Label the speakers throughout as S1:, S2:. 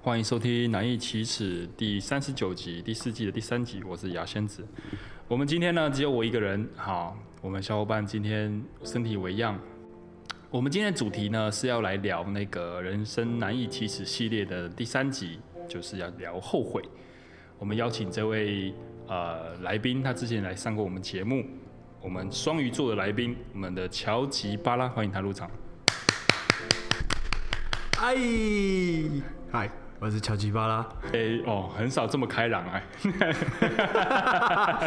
S1: 欢迎收听《难易启齿》第三十九集，第四季的第三集，我是牙仙子。我们今天呢，只有我一个人。好，我们小伙伴今天身体为恙。我们今天的主题呢，是要来聊那个《人生难易启齿》系列的第三集，就是要聊后悔。我们邀请这位呃来宾，他之前来上过我们节目，我们双鱼座的来宾，我们的乔吉巴拉，欢迎他入场。
S2: 嗨，嗨，我是乔吉巴拉。
S1: 哎、哦，很少这么开朗哎、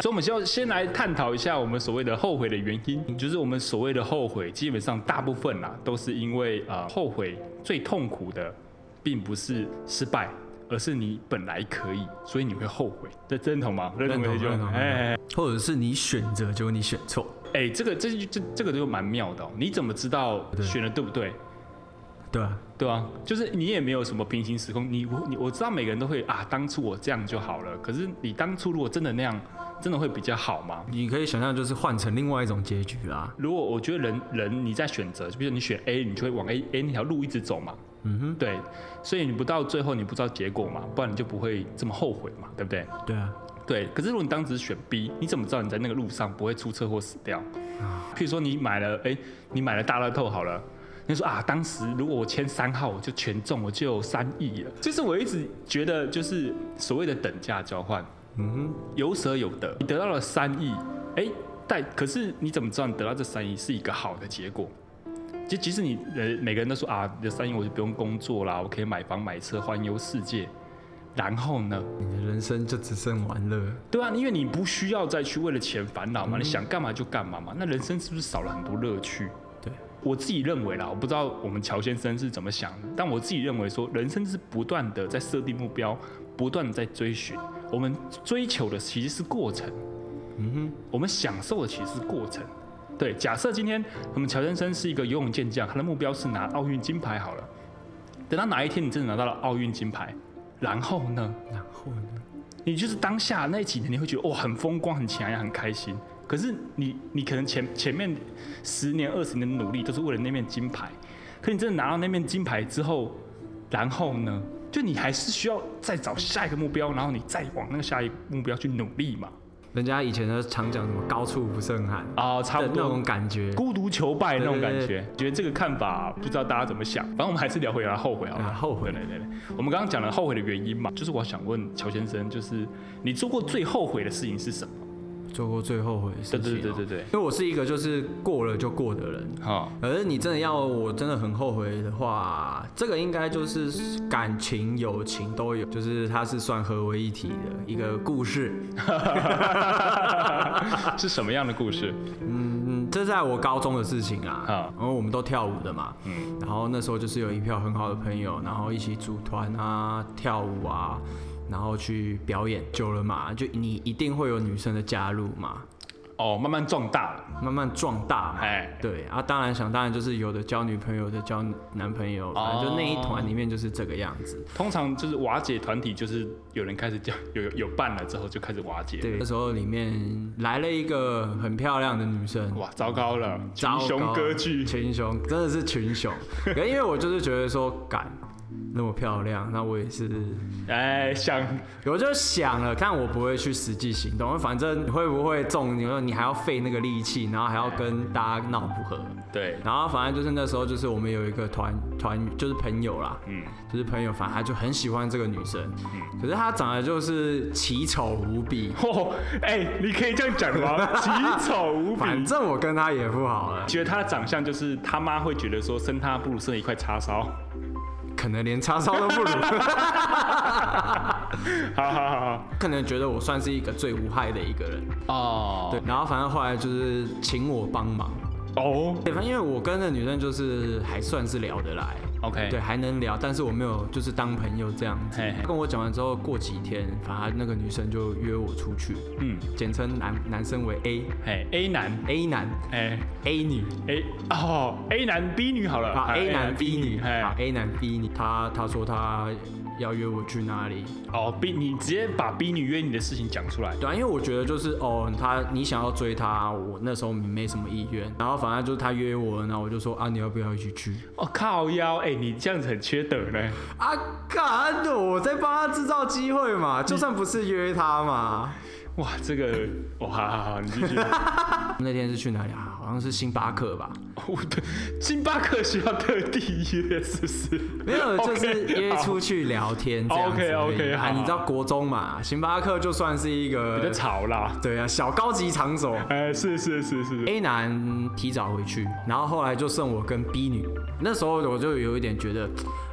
S1: 所以我们就先来探讨一下我们所谓的后悔的原因，就是我们所谓的后悔，基本上大部分啦都是因为呃后悔最痛苦的，并不是失败，而是你本来可以，所以你会后悔，这认同吗？认
S2: 认同
S1: 这句话
S2: 认同
S1: 哎哎哎
S2: 或者是你选择，结果你选错，
S1: 哎，这个这这这个就蛮妙的、哦，你怎么知道
S2: 对
S1: 选的对不对？
S2: 对啊，
S1: 对啊，就是你也没有什么平行时空，你我你我知道每个人都会啊，当初我这样就好了。可是你当初如果真的那样，真的会比较好吗？
S2: 你可以想象就是换成另外一种结局啊啦。
S1: 如果我觉得人人你在选择，就比如你选 A，你就会往 A A 那条路一直走嘛。嗯哼，对，所以你不到最后你不知道结果嘛，不然你就不会这么后悔嘛，对不对？
S2: 对啊，
S1: 对，可是如果你当时选 B，你怎么知道你在那个路上不会出车祸死掉？譬如说你买了，哎、你买了大乐透好了，你说啊，当时如果我签三号，我就全中，我就有三亿了。就是我一直觉得，就是所谓的等价交换，
S2: 嗯
S1: 有舍有得，你得到了三亿，哎、但可是你怎么知道你得到这三亿是一个好的结果？其即使你呃每个人都说啊，这三亿我就不用工作啦，我可以买房买车环游世界，然后呢？
S2: 哼，你的人生就只剩玩乐。
S1: 对啊，因为你不需要再去为了钱烦恼嘛，你想干嘛就干嘛嘛，那人生是不是少了很多乐趣？
S2: 对，
S1: 我自己认为啦，我不知道我们乔先生是怎么想的，但我自己认为说，人生是不断的在设定目标，不断的在追寻，我们追求的其实是过程，
S2: 嗯
S1: 我们享受的其实是过程。对，假设今天我们乔先生是一个游泳健将，他的目标是拿奥运金牌好了，等到哪一天你真的拿到了奥运金牌，然后呢？
S2: 哼，然后呢？
S1: 你就是当下那几年，你会觉得哇很风光、很强、很开心。可是你你可能前前面十年、二十年的努力都是为了那面金牌，可你真的拿到那面金牌之后，然后呢？就你还是需要再找下一个目标，然后你再往那个下一个目标去努力嘛。
S2: 人家以前都常讲什么高处不胜寒
S1: 啊、差不
S2: 的那
S1: 多
S2: 种。感觉。
S1: 孤独求败那种感
S2: 对
S1: 觉，觉得这个看法不知道大家怎么想。反正我们还是聊回来后悔好了。
S2: 啊后悔
S1: 对对对对，我们刚刚讲了后悔的原因嘛，就是我想问乔先生，就是你做过最后悔的事情是什么？
S2: 做过最后悔的事
S1: 对
S2: 情、哦
S1: 对对对。对，
S2: 因为我是一个就是过了就过的人，
S1: 好，
S2: 可是你真的要我真的很后悔的话，这个应该就是感情、友情都有，就是它是算合为一体的一个故事。
S1: 是什么样的故事？
S2: 嗯，这是在我高中的事情啊。
S1: 啊
S2: 然后我们都跳舞的嘛。
S1: 嗯
S2: 嗯。然后那时候就是有一票很好的朋友，然后一起组团啊、跳舞啊，然后去表演。久了嘛，就你一定会有女生的加入嘛，
S1: 哦，慢慢壮大了，
S2: 慢慢壮大嘛。
S1: 哎，
S2: 对啊，当然想当然就是有的交女朋友，有的交男朋
S1: 哦
S2: 友，反正就那一团里面就是这个样子。
S1: 通常就是瓦解团体，就是有人开始讲有有有伴了之后就开始瓦解，
S2: 对，那时候里面来了一个很漂亮的女生，
S1: 哇，糟糕了，群
S2: 糟糕
S1: 雄割据，
S2: 群雄真的是群雄。可因为我就是觉得说，敢那么漂亮，那我也是，
S1: 哎，想
S2: 我就想了，但我不会去实际行动，反正会不会中，你说你还要费那个力气，然后还要跟大家闹不和。
S1: 对，
S2: 然后反正就是那时候，就是我们有一个团团，就是朋友啦，
S1: 嗯，
S2: 就是朋友，反正他就很喜欢这个女生，可是她长得就是奇丑无比，
S1: 嚯，哎，你可以这样讲吗？奇丑无比。
S2: 反正我跟她也不好啊了，
S1: 觉得他的长相就是他妈会觉得说生他不如生一块叉 烧，
S2: 可能连叉烧都不如。
S1: 好好好
S2: 可能觉得我算是一个最无害的一个人，
S1: 好，哦，
S2: 对。然后反正后来就是请我帮忙，
S1: 哦
S2: 对，反正因为我跟那女生就是还算是聊得来，
S1: ，OK，
S2: 对，还能聊，但是我没有就是当朋友这样子
S1: 嘿嘿。
S2: 跟我讲完之后，过几天，反正那个女生就约我出去，
S1: 嗯，
S2: 简称男男生为 A
S1: 哎，A 男，
S2: A 男
S1: 哎
S2: A 女
S1: A 哦，A 男 B 女好了，
S2: 啊 A 男 B 女
S1: 哎
S2: 啊 A 男 B 女，他他说他要约我去哪里，
S1: 哦，B，你直接把 B 女约你的事情讲出来。
S2: 对啊，因为我觉得就是哦，他你想要追他，我那时候没什么意愿，然后反正就是他约我，然后我就说啊，你要不要一起去？
S1: 哦，靠腰，哎、哎、你这样子很缺德呢。
S2: 啊，干的，我在帮他制造机会嘛，就算不是约他嘛。
S1: 哇，这个哇，好好好，你继 续。
S2: 那天是去哪里啊？好像是星巴克吧？
S1: 哦对，星巴克需要特地约是不是？
S2: 没有，就
S1: OK，
S2: 是约
S1: 好
S2: 出去聊天这样子而已。
S1: OK，OK，
S2: 啊，
S1: 好
S2: 你知道国中嘛？星巴克就算是一
S1: 比较
S2: 个
S1: 吵啦。
S2: 对啊小高级场所。
S1: 哎，是是是是，
S2: A 男提早回去，然后后来就剩我跟 B 女。那时候我就有一点觉得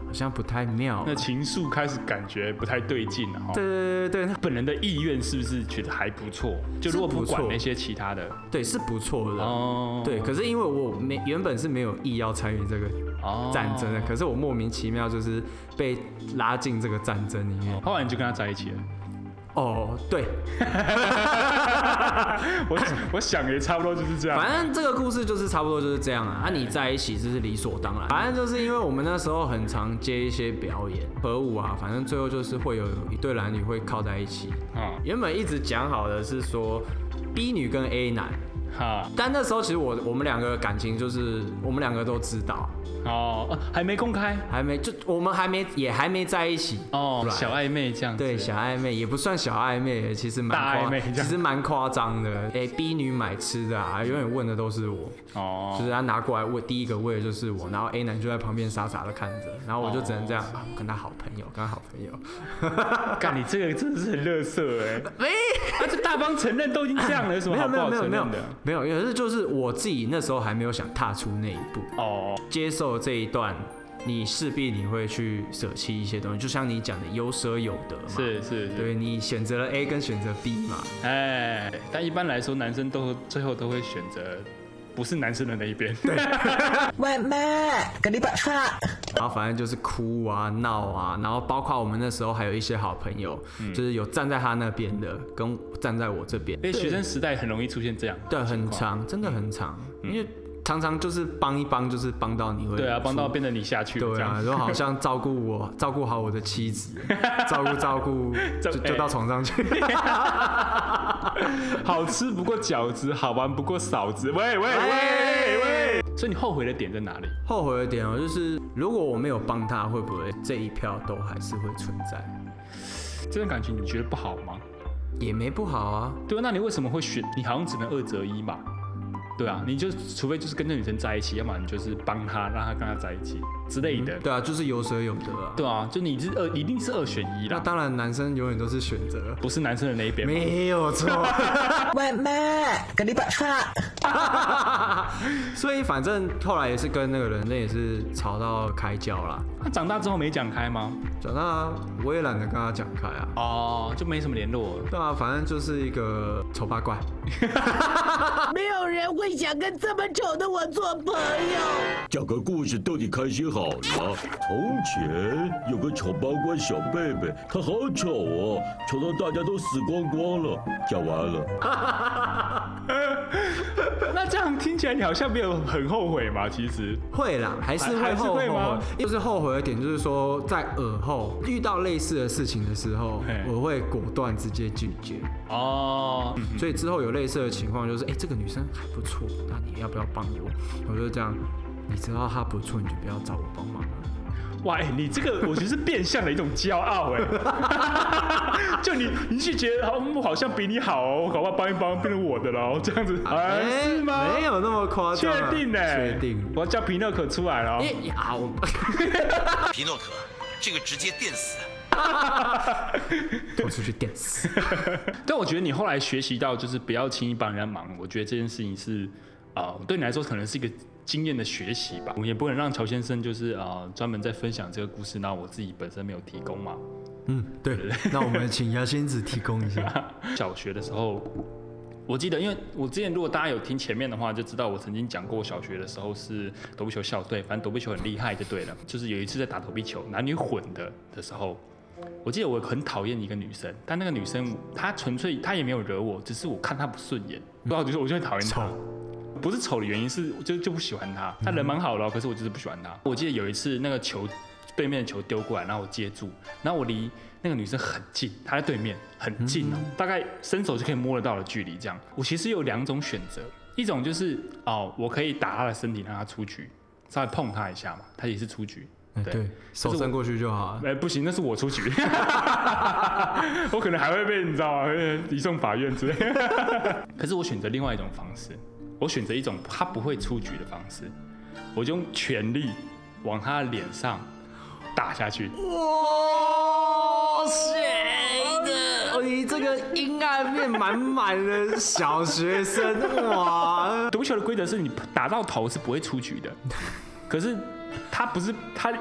S2: 好像不太妙。
S1: 那
S2: 对
S1: 情愫开始感觉不太对劲了哈。
S2: 对对对对，
S1: 本人的意愿是不是觉得还不错？就如果不管那些其他的
S2: 对是不错的。
S1: 哦，
S2: 对，可是因为我没原本是没有意要参与这个
S1: 哦
S2: 战争的，可是我莫名其妙就是被拉进这个战争里面。
S1: 后来你就跟他在一起了。
S2: 哦，对，
S1: 我我想也差不多就是这样。
S2: 反正这个故事就是差不多就是这样啊。啊，你在一起就是理所当然。反正就是因为我们那时候很常接一些表演、合舞啊，反正最后就是会有一对男女会靠在一起。
S1: 啊
S2: 原本一直讲好的是说 B 女跟 A 男，
S1: 哈
S2: 但那时候其实我我们两个感情就是我们两个都知道，
S1: 哦，啊还没公开
S2: 还没就我们还没也还没在一起。
S1: 哦，
S2: Right
S1: 小暧昧这样子。
S2: 对，小暧昧也不算小暧昧，其实蛮
S1: 大
S2: 夸
S1: 暧昧这样
S2: 其实蛮夸张的。哎、b 女买吃的啊，永远问的都是我，就
S1: 哦，
S2: 是她拿过来喂，第一个喂的就是我，然后 A 男就在旁边傻傻的看着，然后我就只能这样、啊，跟他好朋友，跟他好朋友。
S1: 干你这个真的是很乐色哎。
S2: 没
S1: 啊，这大方承认都已经这样了，有什么
S2: 没有
S1: 好不
S2: 没有
S1: 好
S2: 没有
S1: 承
S2: 没有
S1: 认的？
S2: 没有，可是就是我自己那时候还没有想踏出那一步，
S1: 哦，
S2: 接受这一段，你势必你会去舍弃一些东西，就像你讲的有舍有得嘛。
S1: 是是是。
S2: 对你选择了 A 跟选择 B 嘛，
S1: 哎，但一般来说，男生都最后都会选择不是男生的那一边。
S3: 外卖，给你把饭。
S2: 然后反正就是哭啊、闹啊，然后包括我们那时候还有一些好朋友，
S1: 嗯
S2: 就是有站在他那边的，跟站在我这边，
S1: 因为学生时代很容易出现这样。
S2: 对，很长，真的很长，因为常常就是帮一帮，就是帮到你会
S1: 嗯对啊，
S2: 出
S1: 帮到变得你下去了
S2: 对
S1: 这
S2: 啊，
S1: 样。
S2: 就好像照顾我，照顾好我的 妻子，照顾照顾，就
S1: 照
S2: 就到床上去。
S1: 好吃不过饺子，好玩不过嫂子。喂喂
S2: 喂
S1: 喂喂！所以你后悔的点在哪里？
S2: 后悔的点哦，就是如果我没有帮他，会不会这一票都还是会存在？
S1: 这段感情你觉得不好吗？
S2: 也没不好啊，
S1: 对啊，那你为什么会选？你好像只能二择一嘛。对啊，你就除非就是跟这女生在一起，要么你就是帮她，让她跟她在一起之类的。
S2: 对啊，就是有舍有得啊。
S1: 对啊，就你是二，一定是二选一
S2: 那
S1: 啦，
S2: 当然，男生永远都是选择，
S1: 不是男生的那一边嘛。
S2: 没 有错。
S3: 外卖，给你把饭。
S2: 所以反正后来也是跟那个人，那也是吵到开交啦。
S1: 那长大之后没讲开吗？
S2: 长大我也懒得跟他讲开啊。
S1: 哦，就没什么联络 了。
S2: 对啊，反正就是一个丑八怪。
S3: 没有人会想跟这么丑的我做朋友。
S4: 讲个故事逗你开心好了。从前有个丑八怪小贝贝，他好丑哦，丑到大家都死光光了。讲完了。
S1: 那这样听起来你好像没有很后悔嘛？其实
S2: 会啦，还是
S1: 还
S2: 会
S1: 还是
S2: 后悔
S1: 会吗。
S2: 就是后悔的点，就是说在耳后遇到类似的事情的时候
S1: 嘿，
S2: 我会果断直接拒绝。
S1: 哦，
S2: 所以之后有类似的情况，就是哎、诶这个女生还不错，那你要不要帮我？我就这样，你知道她不错，你就不要找我帮忙了。啊
S1: 哇，哎你这个我觉得是变相的一种骄傲哎。 就你，你是觉得好，嗯我好像比你好哦，我搞不好帮一帮变成我的了哦，这样子，哎、
S2: 诶
S1: 是吗？
S2: 没有那么夸
S1: 确
S2: 张啊、
S1: 定呢、
S2: 确定。
S1: 我要叫皮诺可出来了哦。
S2: 哎、啊， 我
S5: 啊皮诺可，这个直接电死。
S2: 我出去 电死。
S1: 但我觉得你后来学习到，就是不要轻易帮人家忙。我觉得这件事情是，啊、对你来说可能是一个经验的学习吧。我们也不能让乔先生就是啊、呃专门在分享这个故事，那我自己本身没有提供嘛。
S2: 嗯，对。那我们请牙仙子提供一下。
S1: 小学的时候，我记得，因为我之前如果大家有听前面的话，就知道我曾经讲过，我小学的时候是躲避球校队，反正躲避球很厉害就对了。就是有一次在打躲避球，男女混的的时候，我记得我很讨厌一个女生，但那个女生她纯粹她也没有惹我，只是我看她不顺眼，然后就是我就很讨厌她
S2: 丑。
S1: 不是丑的原因是我就就不喜欢她，她人蛮好的哦，可是我就是不喜欢她。我记得有一次那个球对面的球丢过来，然后我接住，然后我离那个女生很近，她在对面很近哦，大概伸手就可以摸得到的距离。这样，我其实有两种选择，一种就是哦，我可以打她的身体让她出局，稍微碰她一下嘛，她也是出局。
S2: 哎
S1: 对
S2: 对，手伸过去就好了。
S1: 哎、不行，那是我出局， 我可能还会被你知道吗？呃移送法院之类。 可是我选择另外一种方式，我选择一种他不会出局的方式，我就用全力往他的脸上打下去。
S2: 哇塞的，你哎这个阴暗面满满的小学生 哇！
S1: 毒球的规则是你打到头是不会出局的，可是他不是他。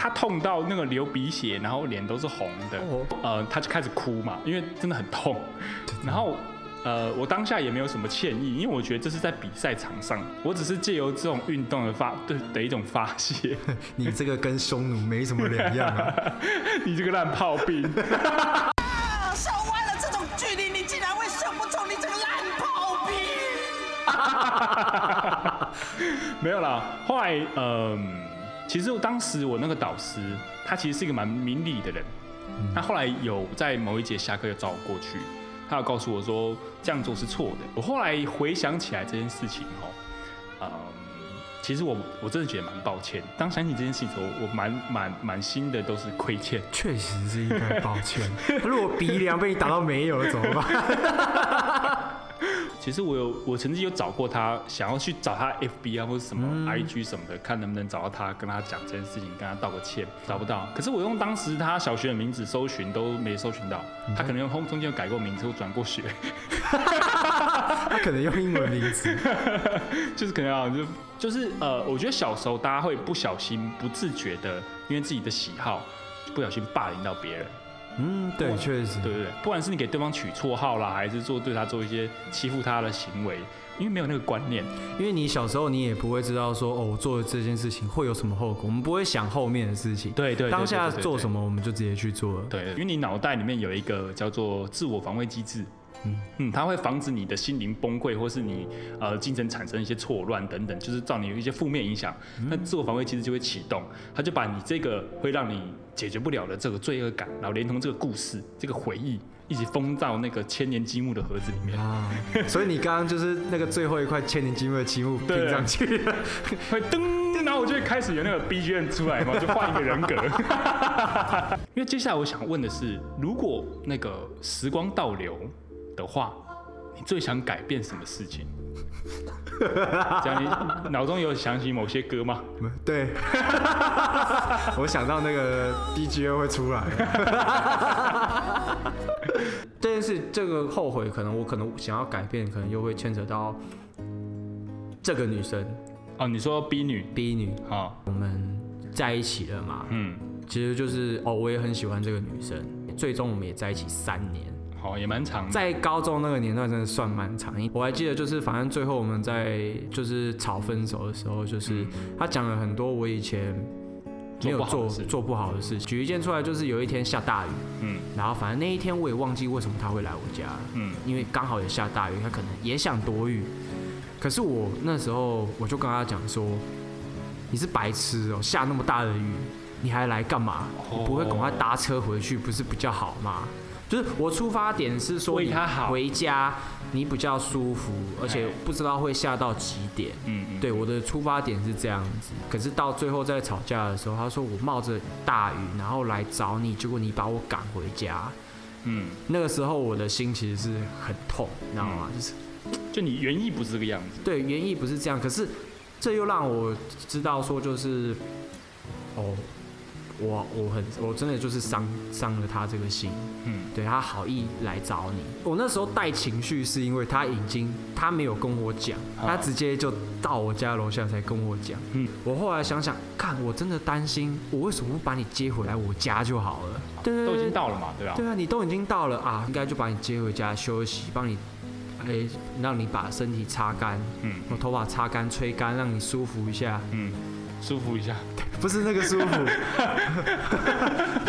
S1: 他痛到那个流鼻血，然后脸都是红的
S2: 哦，
S1: 呃，他就开始哭嘛，因为真的很痛。然后，呃，我当下也没有什么歉意，因为我觉得这是在比赛场上，我只是借由这种运动的发对的一种发泄。
S2: 你这个跟匈奴没什么两样啊！
S1: 你这个烂炮兵！
S6: 啊，烧歪了这种距离，你竟然会射不中，你这个烂炮兵！
S1: 没有啦，后来嗯、其实我当时我那个导师，他其实是一个蛮明理的人，他后来有在某一节下课有找我过去，他有告诉我说这样做是错的。我后来回想起来这件事情哦，嗯、其实我我真的觉得蛮抱歉，当想起这件事情的时候，我蛮蛮蛮心的都是亏欠。
S2: 确实是应该抱歉。如果鼻梁被你打到没有了怎么办？
S1: 其实我有，我曾经有找过他，想要去找他 FB 啊或者什么 IG 什么的，看能不能找到他，跟他讲这件事情，跟他道个歉，找不到。可是我用当时他小学的名字搜寻都没搜寻到，他可能用中间有改过名字或转过学，
S2: 他可能用英文名 字。
S1: 就是可能啊，就就是呃，我觉得小时候大家会不小心、不自觉的，因为自己的喜好，不小心霸凌到别人。
S2: 嗯，对，确实。
S1: 对对对，不管是你给对方取绰号啦，还是做对他做一些欺负他的行为，因为没有那个观念，
S2: 因为你小时候你也不会知道说哦，我做的这件事情会有什么后果，我们不会想后面的事情。
S1: 对对对
S2: 当下
S1: 对对对对
S2: 做什么我们就直接去做了。
S1: 对，因为你脑袋里面有一个叫做自我防卫机制，嗯它会防止你的心灵崩溃，或是你呃精神产生一些错乱等等，就是造你有一些负面影响。那自我防卫机制就会启动，它就把你这个会让你解决不了的这个罪恶感，然后连同这个故事、这个回忆，一起封到那个千年积木的盒子里面，
S2: 啊， 所以你刚刚就是那个最后一块千年积木的积木
S1: 对
S2: 拼上去了，
S1: 会噔，然后我就会开始有那个 BGM 出来嘛， 就换一个人格。 因为接下来我想问的是，如果那个时光倒流的话，你最想改变什么事情？ 这样你脑中有想起某些歌吗？
S2: 对， 我想到那个 BGM 会 出来了。这件事，这个后悔，可能我可能想要改变，可能又会牵扯到这个女生
S1: 哦，你说 B 女
S2: B 女，
S1: 啊、
S2: 我们在一起了嘛？
S1: 嗯，
S2: 其实就是哦，我也很喜欢这个女生，最终我们也在一起三年。
S1: 好、也蛮长的。
S2: 在高中那个年段真的算蛮长，我还记得就是反正最后我们在就是吵分手的时候，就是他讲了很多我以前没有
S1: 嗯做不好
S2: 做
S1: 的事
S2: 做不好的事。举一件出来，就是有一天下大雨，
S1: 嗯
S2: 然后反正那一天我也忘记为什么他会来我家了，
S1: 嗯
S2: 因为刚好也下大雨，他可能也想躲雨。可是我那时候我就跟他讲说，你是白痴哦、下那么大的雨，你还来干嘛？你不会赶快搭车回去，不是比较好吗？就是我出发点是说
S1: 为
S2: 你
S1: 他好
S2: 回家你比较舒服，而且
S1: 哎
S2: 不知道会下到几点。
S1: 嗯嗯，
S2: 对，我的出发点是这样子，可是到最后在吵架的时候，他说我冒着大雨然后来找你，结果你把我赶回家。
S1: 嗯，
S2: 那个时候我的心其实是很痛，你知道吗？就是
S1: 就你原意不是这个样子。
S2: 对原意不是这样，可是这又让我知道说就是，哦，我我很我真的就是伤伤了他这个心，
S1: 嗯
S2: 对他好意来找你。我那时候带情绪是因为他已经他没有跟我讲，他直接就到我家楼下才跟我讲。
S1: 啊嗯，
S2: 我后来想想，看我真的担心，我为什么不把你接回来我家就好了？对对
S1: 都已
S2: 对
S1: 经到了嘛，对吧？
S2: 呃对啊，你都已经到了啊，应该就把你接回家休息，帮你，哎、让你把身体擦干，
S1: 嗯
S2: 我头发擦干、吹干，让你舒服一下。
S1: 嗯，舒服一下。
S2: 不是那个舒服，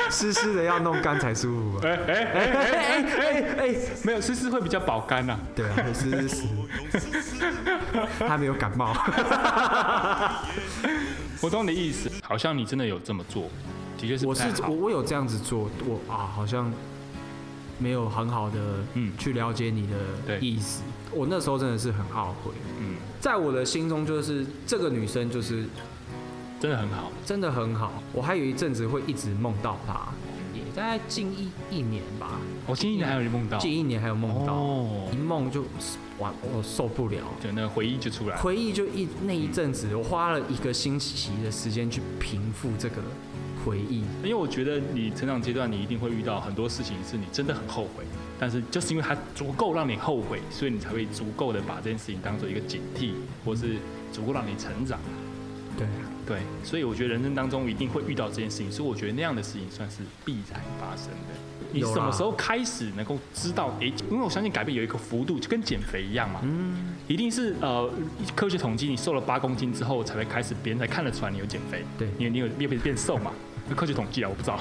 S2: 湿湿的要弄干才舒服、啊。
S1: 哎哎哎哎哎哎，没有，思思会比较保肝呐、啊。
S2: 对啊，湿湿湿， 他没有感冒。
S1: 我懂你的意思，好像你真的有这么做，的确是不
S2: 我是
S1: 太好
S2: 我，我有这样子做，我啊，好像没有很好的
S1: 嗯
S2: 去了解你的
S1: 对
S2: 意思。我那时候真的是很懊悔，
S1: 嗯
S2: 在我的心中就是这个女生就是
S1: 真的很好。
S2: 真的很好。我还有一阵子会一直梦到他，
S1: 嗯
S2: 也大概近一一年吧，
S1: 我今哦年还有梦到，
S2: 近一年还有梦到，
S1: 哦
S2: 一梦就完，我受不了。
S1: 就那个回忆就出来了。
S2: 回忆就一那一阵子，我花了一个星期的时间去平复这个回忆。
S1: 因为我觉得你成长阶段，你一定会遇到很多事情是你真的很后悔，但是就是因为它足够让你后悔，所以你才会足够的把这件事情当做一个警惕，或是足够让你成长。
S2: 对，
S1: 对，所以我觉得人生当中一定会遇到这件事情，所以我觉得那样的事情算是必然发生的。你
S2: 有啦
S1: 什么时候开始能够知道？诶，因为我相信改变有一个幅度，就跟减肥一样嘛。嗯，一定是呃，科学统计，你瘦了八公斤之后，才会开始别人才看得出来你有减肥。
S2: 对
S1: 因为你有你有变变瘦嘛。科学统计啊，我不知道。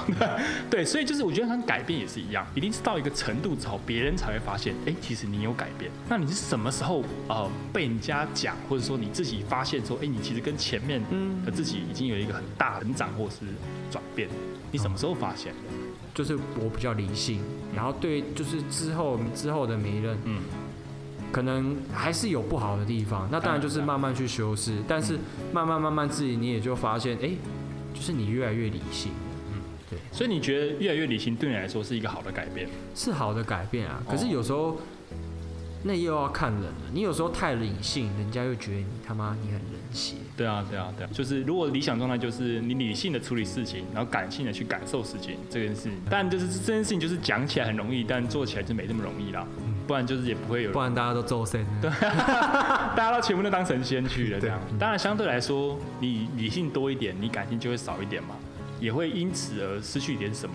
S1: 对，所以就是我觉得像改变也是一样，一定是到一个程度之后，别人才会发现，诶，其实你有改变。那你是什么时候呃被人家讲，或者说你自己发现说，诶，你其实跟前面的自己已经有一个很大的成长或是转变？你什么时候发现的？
S2: 就是我比较理性，然后对就是之后之后的每一任，
S1: 嗯
S2: 可能还是有不好的地方，那当然就是慢慢去修饰，但
S1: 嗯
S2: 是慢慢慢慢自己你也就发现，哎、就是你越来越理性，
S1: 所以你觉得越来越理性对你来说是一个好的改变？
S2: 是好的改变啊。可是有时
S1: 哦
S2: 候那又要看人了，你有时候太理性，人家又觉得你他妈你很冷血。
S1: 对啊，对啊，对啊，就是如果理想状态就是你理性的处理事情，然后感性的去感受事情这件事情，但就是这件事情就是讲起来很容易，但做起来就没那么容易啦。不然就是也不会有
S2: 不然大家都周身对，
S1: 大家都全部都当神仙去了这样
S2: 对。嗯
S1: 当然，相对来说，你理性多一点，你感性就会少一点嘛，也会因此而失去一点什么，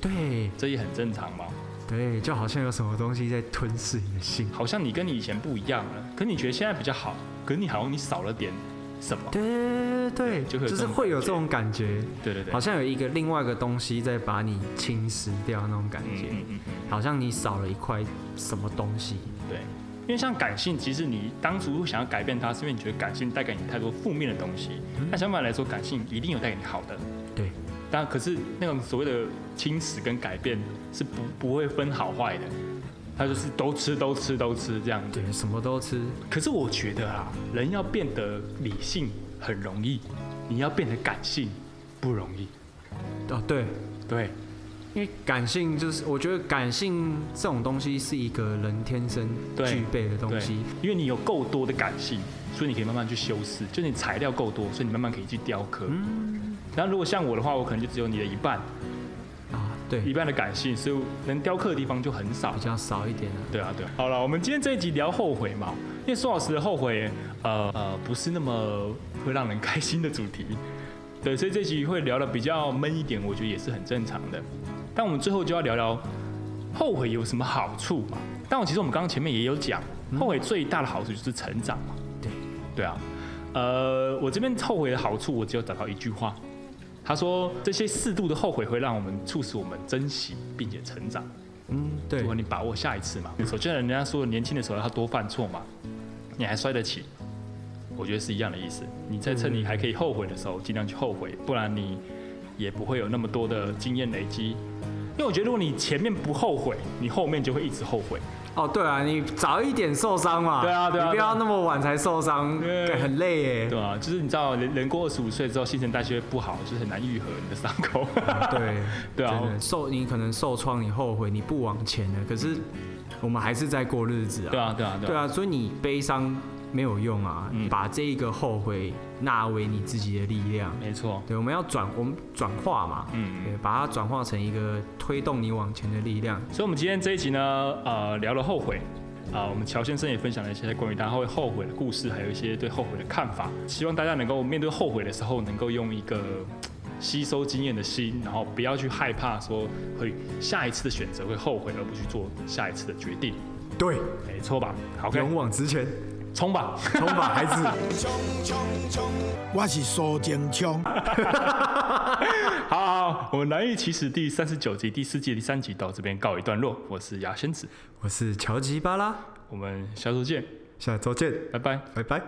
S2: 对
S1: 这也很正常嘛。
S2: 对，就好像有什么东西在吞噬你的心。
S1: 好像你跟你以前不一样了，可你觉得现在比较好，可是你好像你少了点什么。
S2: 对对，
S1: 就会有这
S2: 就是
S1: 种
S2: 会有这种感觉，
S1: 对对对，
S2: 好像有一个另外一个东西在把你侵蚀掉那种感
S1: 嗯
S2: 觉，
S1: 嗯嗯嗯，
S2: 好像你少了一块什么东西。
S1: 对。因为像感性，其实你当初想要改变它，是因为你觉得感性带给你太多负面的东西。那相反来说，感性一定有带给你好的。
S2: 对，
S1: 但可是那种所谓的侵蚀跟改变是不不会分好坏的，它就是都吃都吃都吃这样子。
S2: 对，什么都吃，
S1: 可是我觉得啊，人要变得理性很容易，你要变得感性不容易。
S2: 哦，对，
S1: 对，
S2: 因为感性就是，我觉得感性这种东西是一个人天生
S1: 对
S2: 具备的东
S1: 对
S2: 西，，
S1: 因为你有够多的感性，所以你可以慢慢去修饰，就你材料够多，所以你慢慢可以去雕刻。
S2: 嗯
S1: 然后如果像我的话，我可能就只有你的一半，
S2: 啊，对，
S1: 一半的感性，所以能雕刻的地方就很少
S2: 比。较少一点啊。
S1: 对啊，对啊。好了，我们今天这一集聊后悔嘛，因为苏老师的后悔，呃呃，不是那么会让人开心的主题，对，所以这集会聊的比较闷一点，我觉得也是很正常的。但我们最后就要聊聊后悔有什么好处嘛？但我其实我们刚刚前面也有讲，后悔最大的好处就是成长嘛。
S2: 对，
S1: 对啊，呃，我这边后悔的好处，我只有找到一句话，他说这些适度的后悔会让我们促使我们珍惜并且成长。
S2: 嗯，对嗯
S1: 如，果你把握下一次嘛。首先，人家说年轻的时候要多犯错嘛，你还摔得起，我觉得是一样的意思。你在趁你还可以后悔的时候，尽量去后悔，不然你也不会有那么多的经验累积。因为我觉得，如果你前面不后悔，你后面就会一直后悔。
S2: 哦，对啊，你早一点受伤嘛，
S1: 对啊对啊
S2: 你不
S1: 对啊
S2: 要那么晚才受伤，
S1: 对
S2: 很累耶。
S1: 对啊，就是你知道，人人过二十五岁之后，新陈代谢会不好，就是很难愈合你的伤口。
S2: 对
S1: 对啊
S2: 真的受你可能受创，你后悔，你不往前了，可是我们还是在过日子啊。
S1: 对啊，对啊，对
S2: 对
S1: 啊，
S2: 啊，所以你悲伤没有用啊，
S1: 嗯
S2: 把这一个后悔纳为你自己的力量。
S1: 没错。
S2: 对，我们要转，我们转化嘛，
S1: 嗯
S2: 对，把它转化成一个推动你往前的力量。
S1: 所以，我们今天这一集呢，呃，聊了后悔，啊、我们乔先生也分享了一些关于他会后悔的故事，还有一些对后悔的看法。希望大家能够面对后悔的时候，能够用一个嘖吸收经验的心，然后不要去害怕说会下一次的选择会后悔，而不去做下一次的决定。
S2: 对，
S1: 没错吧？好，
S2: 勇往直前，
S1: 冲吧！
S2: 冲吧，孩子！
S7: 我是苏贞昌。
S1: 好好好，我们《难易其实》第三十九集、第四季第三集到这边告一段落。我是牙仙子，
S2: 我是乔吉巴拉，
S1: 我们下周见，
S2: 下周见，
S1: 拜拜。
S2: 拜拜。